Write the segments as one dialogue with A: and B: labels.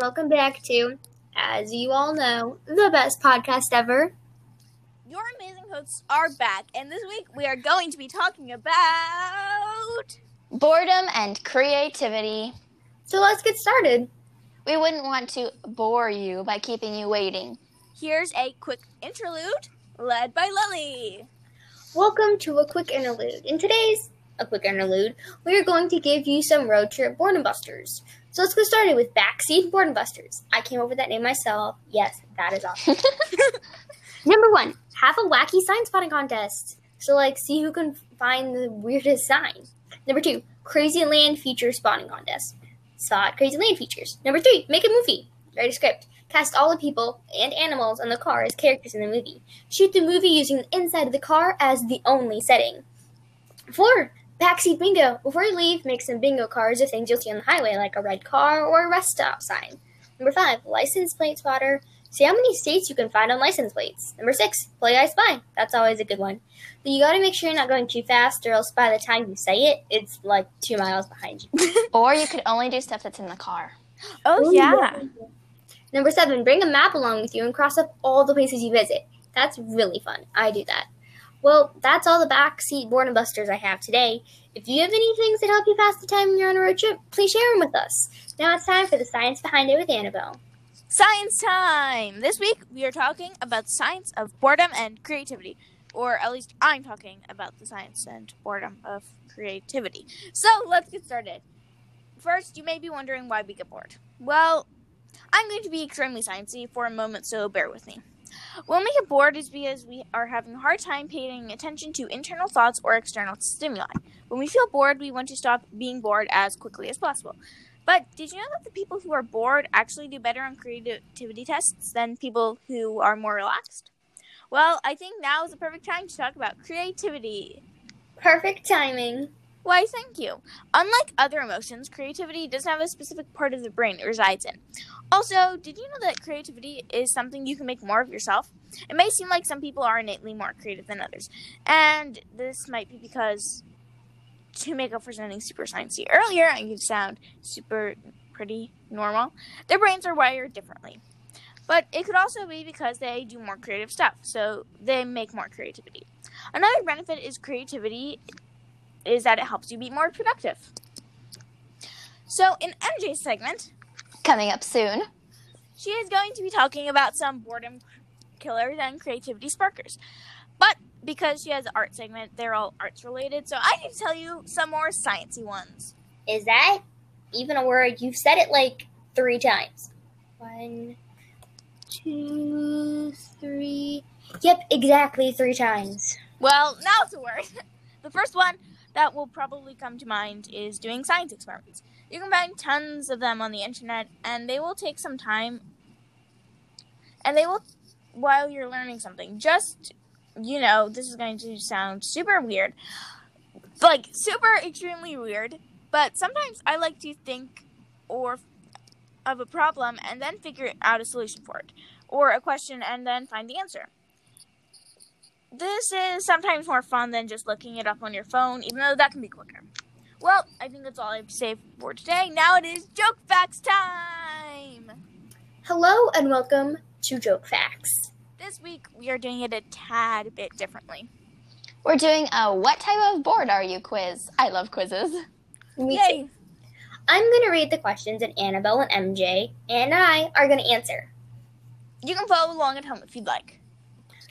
A: welcome back to, as you all know, the best podcast ever.
B: Your amazing hosts are back, and this week we are going to be talking about.
C: Boredom and creativity.
A: So let's get started.
C: We wouldn't want to bore you by keeping you waiting.
B: Here's a quick interlude led by Lily.
A: Welcome to a quick interlude. In today's a quick interlude, we are going to give you some road trip boredom busters. So let's get started with backseat boredom busters. I came up with that name myself. Yes, that is awesome. Number one, have a wacky sign spotting contest. So like, see who can find the weirdest sign. Number two, crazy land feature spotting contest. Spot crazy land features. Number three, make a movie. Write a script. Cast all the people and animals in the car as characters in the movie. Shoot the movie using the inside of the car as the only setting. Four, Backseat bingo. Before you leave, make some bingo cards of things you'll see on the highway, like a red car or a rest stop sign. Number five, license plate spotter. See how many states you can find on license plates. Number six, play I Spy. That's always a good one. But you gotta make sure you're not going too fast, or else by the time you say it, it's like two miles behind you.
C: Or you could only do stuff that's in the car.
B: Oh,
A: Number seven, bring a map along with you and cross up all the places you visit. That's really fun. I do that. Well, that's all the backseat boredom busters I have today. If you have any things that help you pass the time when you're on a road trip, please share them with us. Now it's time for the science behind it with Annabelle.
B: Science time! This week we are talking about science of boredom and creativity, or at least I'm talking about the science and boredom of creativity. So let's get started. First, you may be wondering why we get bored. Well, I'm going to be extremely sciencey for a moment, so bear with me. When we get bored is because we are having a hard time paying attention to internal thoughts or external stimuli. When we feel bored, we want to stop being bored as quickly as possible. But did you know that the people who are bored actually do better on creativity tests than people who are more relaxed? Well, I think now is the perfect time to talk about creativity.
A: Perfect timing.
B: Why, thank you. Unlike other emotions, creativity doesn't have a specific part of the brain it resides in. Also, did you know that creativity is something you can make more of yourself? It may seem like some people are innately more creative than others, and this might be because to make up for sounding super sciencey earlier and you sound super pretty normal, their brains are wired differently. But it could also be because they do more creative stuff, so they make more creativity. Another benefit is creativity is that it helps you be more productive. So, in MJ's segment,
C: Coming up soon.
B: she is going to be talking about some boredom killers and creativity sparkers. But because she has an art segment, they're all arts related, so I need to tell you some more sciencey ones.
A: Is that even a word? You've said it like three times. One, two, three. Yep, exactly three times.
B: Well, now it's a word. The first one that will probably come to mind is doing science experiments. You can find tons of them on the internet, and they will take some time. And they will, while you're learning something, just, you know, this is going to sound super weird. Like, super extremely weird, but sometimes I like to think or of a problem and then figure out a solution for it, or a question and then find the answer this is sometimes more fun than just looking it up on your phone, even though that can be quicker. Well, I think that's all I have to say for today. Now it is joke facts time!
A: Hello and welcome to Joke Facts.
B: This week we are doing it a tad bit differently.
C: We're doing a what type of bored are you quiz. I love quizzes.
A: Me too.
B: Yay!
A: I'm going to read the questions, and Annabelle and MJ and I are going to answer.
B: You can follow along at home if you'd like.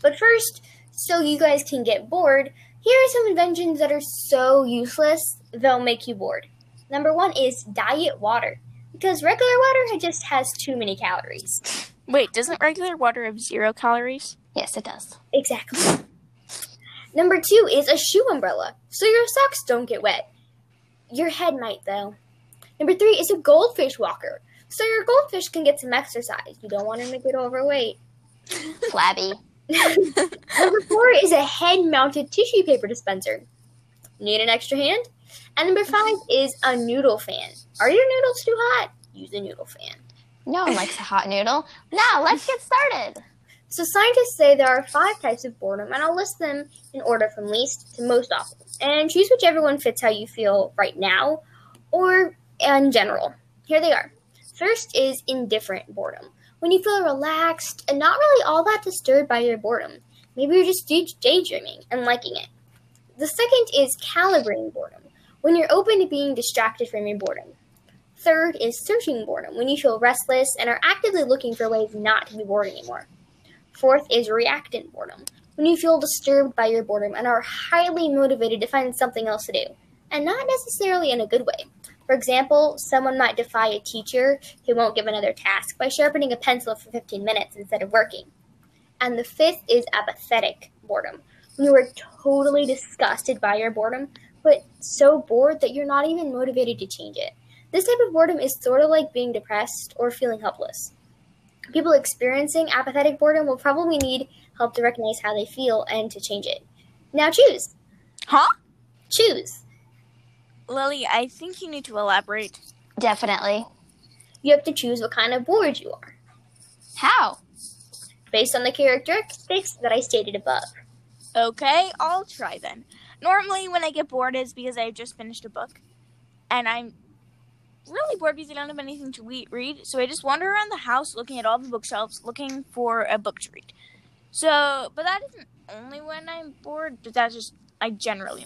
A: But first, so you guys can get bored, here are some inventions that are so useless they'll make you bored. Number one is diet water, because regular water just has too many calories.
B: Wait, doesn't regular water have zero calories?
C: Yes, it does.
A: Exactly. Number two is a shoe umbrella, so your socks don't get wet. Your head might, though. Number three is a goldfish walker, so your goldfish can get some exercise. You don't want him to get overweight.
C: Flabby.
A: Number four is a head mounted tissue paper dispenser. Need an extra hand? And number five is a noodle fan. Are your noodles too hot? Use a noodle fan.
C: No one likes a hot noodle. Now, let's get started.
A: So, scientists say there are five types of boredom, and I'll list them in order from least to most awful. And choose whichever one fits how you feel right now or in general. Here they are First is indifferent boredom. When you feel relaxed and not really all that disturbed by your boredom. Maybe you're just day- daydreaming and liking it. The second is calibrating boredom. When you're open to being distracted from your boredom. Third is searching boredom. When you feel restless and are actively looking for ways not to be bored anymore. Fourth is reactant boredom. When you feel disturbed by your boredom and are highly motivated to find something else to do, and not necessarily in a good way. For example, someone might defy a teacher who won't give another task by sharpening a pencil for 15 minutes instead of working. And the fifth is apathetic boredom. When you are totally disgusted by your boredom, but so bored that you're not even motivated to change it. This type of boredom is sort of like being depressed or feeling helpless. People experiencing apathetic boredom will probably need help to recognize how they feel and to change it. Now choose.
B: Huh?
A: Choose.
B: Lily, I think you need to elaborate.
C: Definitely.
A: You have to choose what kind of bored you are
C: How?
A: based on the characteristics that I stated above.
B: Okay, I'll try then. Normally, when I get bored, is because I just finished a book, and I'm really bored because I don't have anything to we- read. So I just wander around the house looking at all the bookshelves, looking for a book to read. So, but that isn't only when I'm bored. But that's just I generally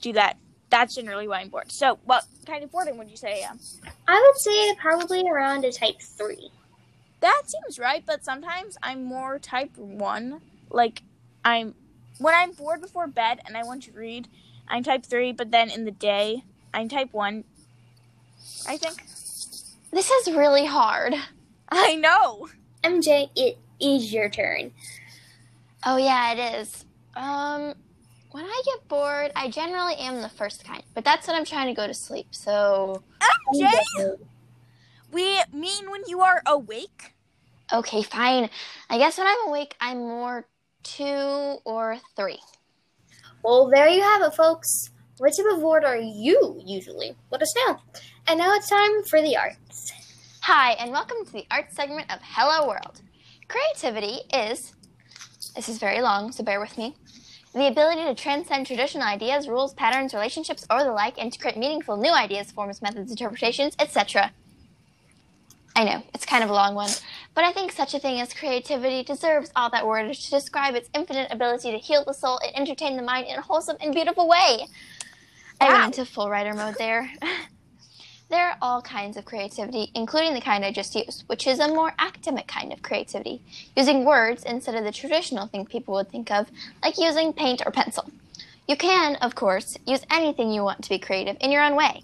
B: do that. That's generally why I'm bored. So, what kind of boredom would you say um, I am?
A: I would say probably around a type 3.
B: That seems right, but sometimes I'm more type one. Like I'm when I'm bored before bed and I want to read, I'm type three, but then in the day I'm type one. I think.
C: This is really hard.
B: I know.
A: MJ, it is your turn.
C: Oh yeah, it is. Um when I get bored, I generally am the first kind, but that's when I'm trying to go to sleep. So,
B: Jay, we mean when you are awake.
C: okay, fine. I guess when I'm awake, I'm more 2 or 3.
A: Well, there you have it, folks. What type of bored are you usually? Let us know. And now it's time for the arts.
C: Hi, and welcome to the art segment of Hello World. Creativity is, this is very long, so bear with me, the ability to transcend traditional ideas, rules, patterns, relationships, or the like, and to create meaningful new ideas, forms, methods, interpretations, etc. I know, it's kind of a long one, but I think such a thing as creativity deserves all that word is to describe its infinite ability to heal the soul and entertain the mind in a wholesome and beautiful way. I went
B: Wow.
C: into full writer mode there. There are all kinds of creativity, including the kind I just used, which is a more academic kind of creativity, using words instead of the traditional thing people would think of, like using paint or pencil. You can, of course, use anything you want to be creative in your own way.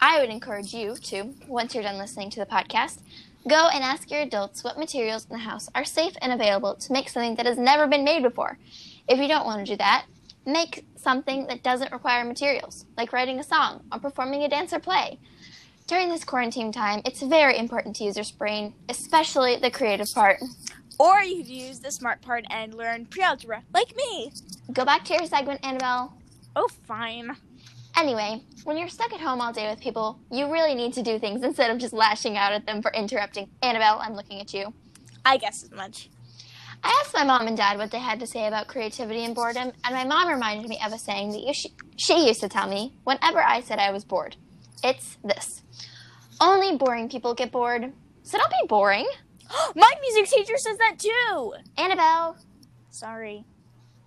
C: I would encourage you to, once you're done listening to the podcast, go and ask your adults what materials in the house are safe and available to make something that has never been made before. If you don't want to do that, make something that doesn't require materials, like writing a song or performing a dance or play. During this quarantine time, it's very important to use your brain, especially the creative part.
B: Or you could use the smart part and learn pre-algebra, like me.
C: Go back to your segment, Annabelle.
B: Oh, fine.
C: Anyway, when you're stuck at home all day with people, you really need to do things instead of just lashing out at them for interrupting. Annabelle, I'm looking at you.
B: I guess as much.
C: I asked my mom and dad what they had to say about creativity and boredom, and my mom reminded me of a saying that you sh- she used to tell me whenever I said I was bored. It's this Only boring people get bored, so don't be boring.
B: My music teacher says that too.
C: Annabelle,
B: Sorry.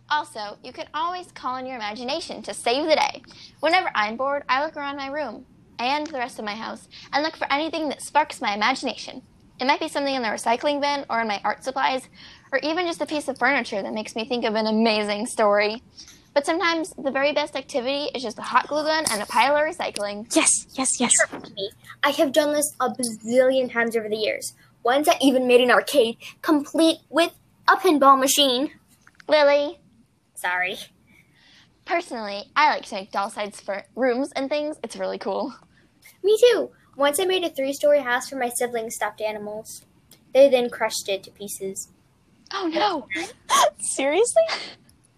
C: Also, you can always call on your imagination to save the day. Whenever I'm bored, I look around my room and the rest of my house and look for anything that sparks my imagination. It might be something in the recycling bin or in my art supplies, or even just a piece of furniture that makes me think of an amazing story. But sometimes the very best activity is just a hot glue gun and a pile of recycling.
B: Yes, yes, yes.
A: Me. I have done this a bazillion times over the years. Once I even made an arcade complete with a pinball machine.
C: Lily,
A: Sorry.
C: personally, I like to make doll sides for rooms and things. It's really cool.
A: Me too. Once I made a three story house for my siblings' stuffed animals. They then crushed it to pieces.
C: Oh no!
B: Seriously?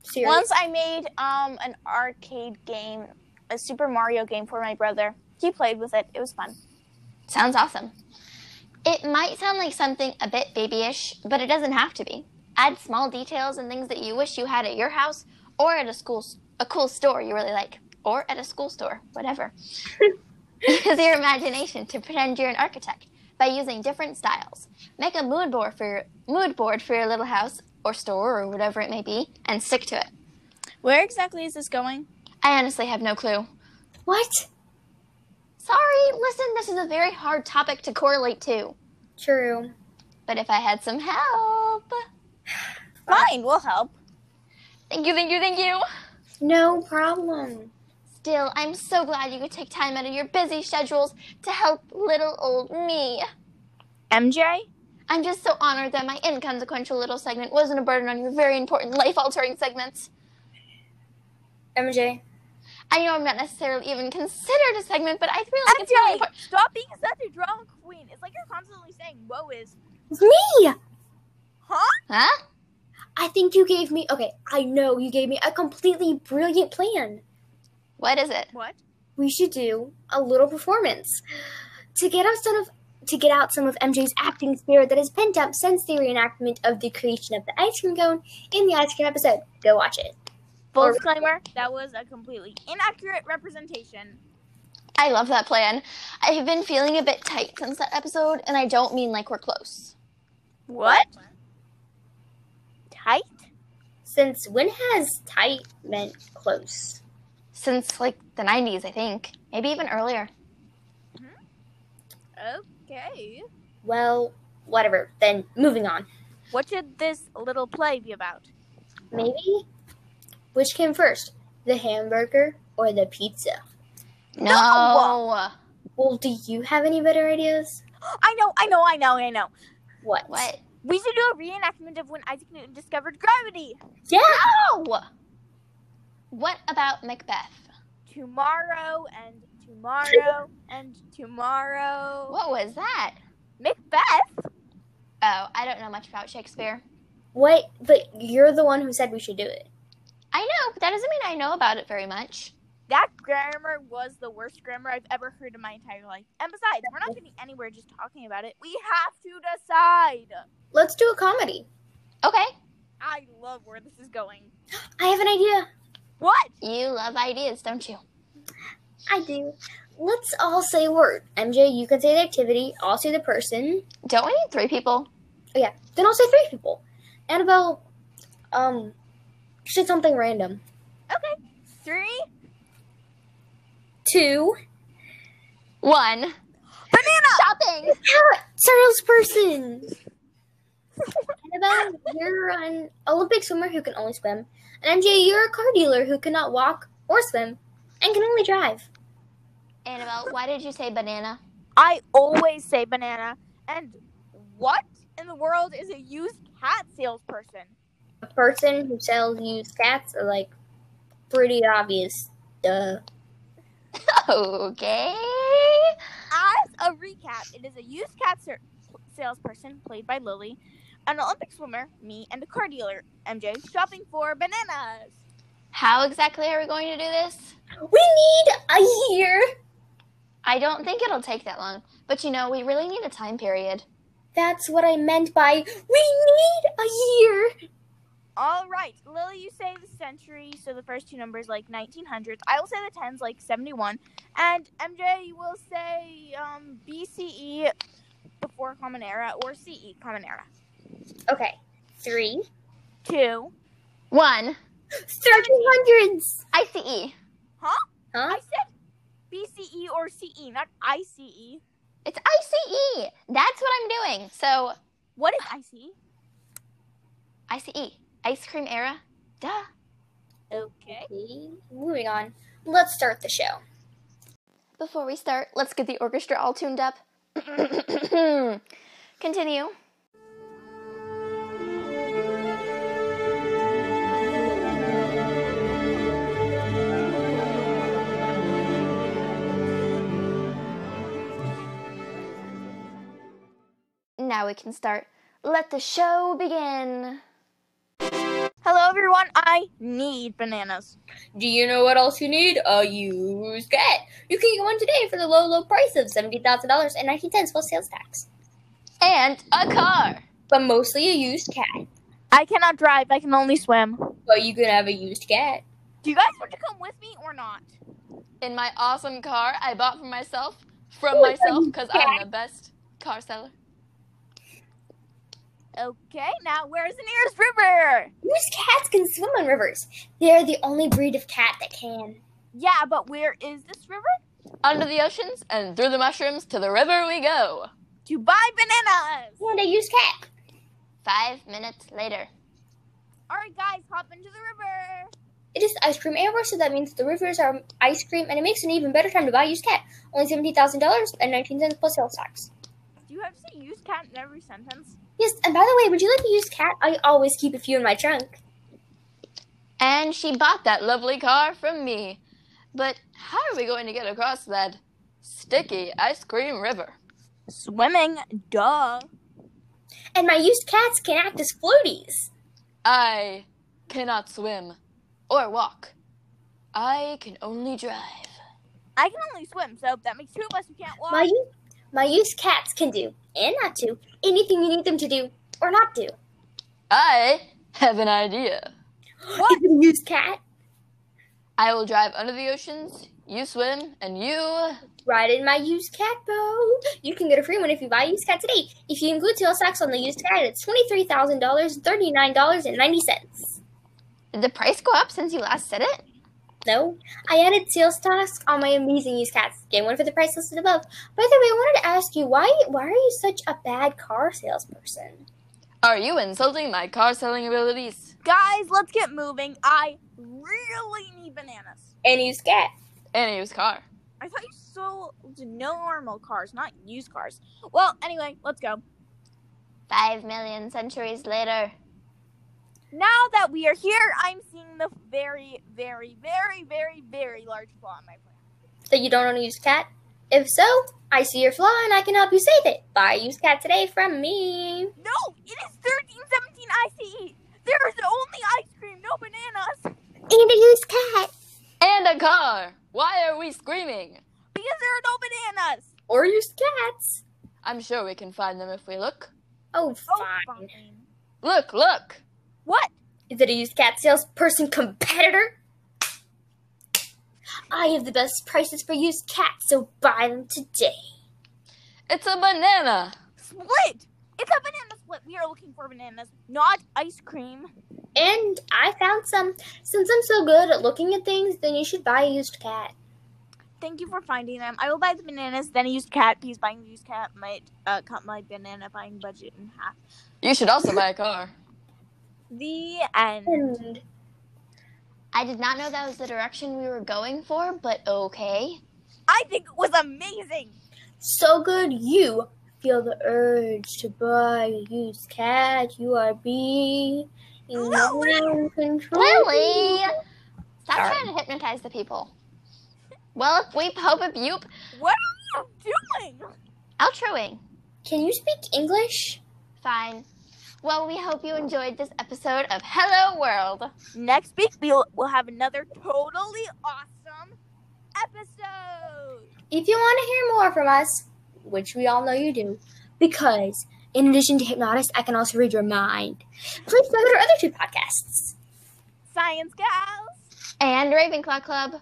A: Seriously.
B: Once I made um, an arcade game, a Super Mario game for my brother. He played with it. It was fun.
C: Sounds awesome. It might sound like something a bit babyish, but it doesn't have to be. Add small details and things that you wish you had at your house or at a school a cool store you really like or at a school store, whatever. Use your imagination to pretend you're an architect by using different styles. Make a mood board for your mood board for your little house or store or whatever it may be, and stick to it.
B: Where exactly is this going?
C: I honestly have no clue.
A: What?
C: Sorry, listen, this is a very hard topic to correlate to.
A: True.
C: But if I had some help.
B: Fine, we'll help.
C: Thank you, thank you, thank you.
A: No problem.
C: Still, I'm so glad you could take time out of your busy schedules to help little old me.
B: MJ?
C: I'm just so honored that my inconsequential little segment wasn't a burden on your very important life altering segments.
A: MJ,
C: I know I'm not necessarily even considered a segment, but I feel like it's really
B: MJ,
C: important.
B: stop being such a drama queen. It's like you're constantly saying, woe is.
A: it's me.
B: Huh?
C: Huh?
A: I think you gave me. Okay, I know you gave me a completely brilliant plan.
C: What is it?
B: What?
A: We should do a little performance to get out some of to get out some of MJ's acting spirit that is pent up since the reenactment of the creation of the ice cream cone in the ice cream episode. Go watch it.
B: Full
A: Or-
B: disclaimer, that was a completely inaccurate representation.
C: I love that plan. I have been feeling a bit tight since that episode, and I don't mean like we're close.
B: What? Tight?
A: Since when has tight meant close?
C: Since like the 90s, I think. Maybe even earlier.
B: Okay.
A: Well, whatever. Then moving on.
B: What should this little play be about?
A: Maybe? Which came first, the hamburger or the pizza?
C: No!
A: Well, do you have any better ideas?
B: I know, I know, I know, I know.
A: What?
C: What?
B: We should do a reenactment of when Isaac Newton discovered gravity.
A: Yeah.
C: No! What about Macbeth?
B: Tomorrow and tomorrow and tomorrow.
C: What was that?
B: Macbeth?
C: Oh, I don't know much about Shakespeare.
A: What? But you're the one who said we should do it.
C: I know, but that doesn't mean I know about it very much.
B: That grammar was the worst grammar I've ever heard in my entire life. And besides, we're not getting anywhere just talking about it. We have to decide.
A: Let's do a comedy.
C: Okay.
B: I love where this is going.
A: I have an idea.
B: What?
C: You love ideas, don't you?
A: I do. Let's all say a word. MJ, you can say the activity. I'll say the person. Oh,
C: Don't we need three people?
A: Then I'll say three people. Annabelle, um, say something random.
B: Okay. Three
A: Two.
C: One.
B: banana.
C: Shopping!
A: salesperson. Annabelle, you're an Olympic swimmer who can only swim. And MJ, you're a car dealer who cannot walk or swim and can only drive.
C: Annabelle, why did you say banana?
B: I always say banana. And what in the world is a used cat salesperson?
A: A person who sells used cats are like pretty obvious. Duh.
C: Okay.
B: As a recap, it is a used cat ser- salesperson played by Lily, an Olympic swimmer, me, and a car dealer, MJ, shopping for bananas.
C: How exactly are we going to do this?
A: We need a year.
C: I don't think it'll take that long, but you know, we really need a time period.
A: That's what I meant by we need a year.
B: All right, Lily, you say the century, so the first two numbers like 1900s. I will say the tens like 71, and MJ you will say um, BCE before Common Era or CE Common Era.
A: Okay. Three.
B: Two.
C: One. E.
A: Thirteen hundreds.
C: ICE.
A: Huh?
B: I said BCE or CE, not E. ICE.
C: It's ICE. That's what I'm doing. So,
B: What is E? ICE?
C: ICE. Ice cream era. Duh.
B: Okay.
A: Moving on. Let's start the show.
C: Before we start, let's get the orchestra all tuned up. Continue. Now we can start. Let the show begin.
B: Hello, everyone. I need bananas.
A: Do you know what else you need? A used cat. You can get one today for the low, low price of $70,000 and 19 cents plus sales tax.
C: And a car.
A: But mostly a used cat.
B: I cannot drive. I can only swim.
A: But you can have a used cat.
B: Do you guys want to come with me or not?
C: In my awesome car I bought for myself, from
A: Ooh,
C: myself, because
A: yeah.
C: I'm the best. Carousel.
B: Okay, now where's the nearest river?
A: Most cats can swim on rivers. They are the only breed of cat that can.
B: Yeah, but where is this river?
C: Under the oceans and through the mushrooms to the river we go.
B: To buy bananas.
A: And they use cat.
C: Five minutes later.
B: All right, guys, hop into the river.
A: It is the ice cream era, so that means the rivers are ice cream, and it makes an even better time to buy used cat. Only seventeen thousand dollars and nineteen cents plus sales tax.
B: Do you have to say use cat in every sentence?
A: Yes, and by the way, would you like a used cat? I always keep a few in my trunk.
C: And she bought that lovely car from me. But how are we going to get across that sticky ice cream river?
B: Swimming, duh.
A: And my used cats can act as floaties.
C: I cannot swim or walk. I can only drive.
B: I can only swim, so that makes two of us who can't walk.
A: My u- my used cats can do and not do anything you need them to do or not do.
C: I have an idea.
A: What? Is it a used cat?
C: I will drive under the oceans, you swim, and you.
A: Ride in my used cat boat. You can get a free one if you buy a used cat today. If you include sales tax on the used cat, it's twenty three thousand dollars and thirty nine dollars and ninety cents.
C: Did the price go up since you last said it?
A: No, I added sales tax on my amazing used cats. Get one for the price listed above. By the way, I wanted to ask you why why are you such a bad car salesperson?
C: Are you insulting my car selling abilities?
B: Guys, let's get moving. I really need bananas.
A: And used cat.
C: And a used car.
B: I thought you sold normal cars, not used cars. Well, anyway, let's go.
C: Five million centuries later.
B: Now that we are here, I'm seeing the very, very, very, very, very large flaw in my plan.
A: That you don't own a used cat? If so, I see your flaw and I can help you save it. Buy a used cat today from me.
B: No, it is 1317 ICE. E. There is only ice cream, no bananas,
A: And a used cat.
C: And a car! Why are we screaming?
B: because there are no bananas.
A: Or used cats.
C: I'm sure we can find them if we look.
A: Oh,
B: Oh,
A: fine.
B: fine.
C: Look, look!
B: What?
A: Is it a used cat salesperson competitor? I have the best prices for used cats, so buy them today.
C: It's a banana!
B: Split. It's a banana split. We are looking for bananas, not ice cream.
A: And I found some. Since I'm so good at looking at things, then you should buy a used cat.
B: Thank you for finding them. I will buy the bananas, then a used cat, because buying a used cat might uh, cut my banana buying budget in half.
C: You should also buy a car.
B: The end.
A: And
C: I did not know that was the direction we were going for, but okay.
B: I think it was amazing.
A: so good you feel the urge to buy a used cat. You are being in control.
C: Lily! Stop
A: Sorry.
C: trying to hypnotize the people. Well, if weep, hope, if yoop,
B: What are you doing?
C: outroing.
A: Can you speak English?
C: Fine. Well, we hope you enjoyed this episode of Hello World.
B: Next week, we'll, we'll have another totally awesome episode.
A: If you want to hear more from us, which we all know you do, because in addition to Hypnotist, I can also read your mind, please look at our other two podcasts.
B: Science Gals.
C: And Ravenclaw Club.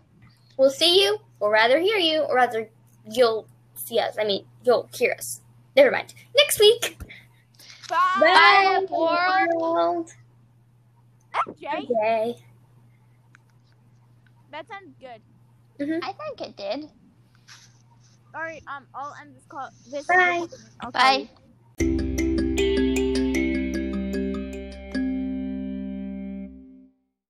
A: We'll see you, or rather hear you, or rather you'll see us. I mean, you'll hear us. Never mind. Next week.
B: Bye.
C: Bye, world.
B: FJ,
A: Okay.
B: that sounds good.
C: I think it did.
B: All right, um, I'll end this call. This
A: Bye.
B: I'll call
C: Bye.
B: you.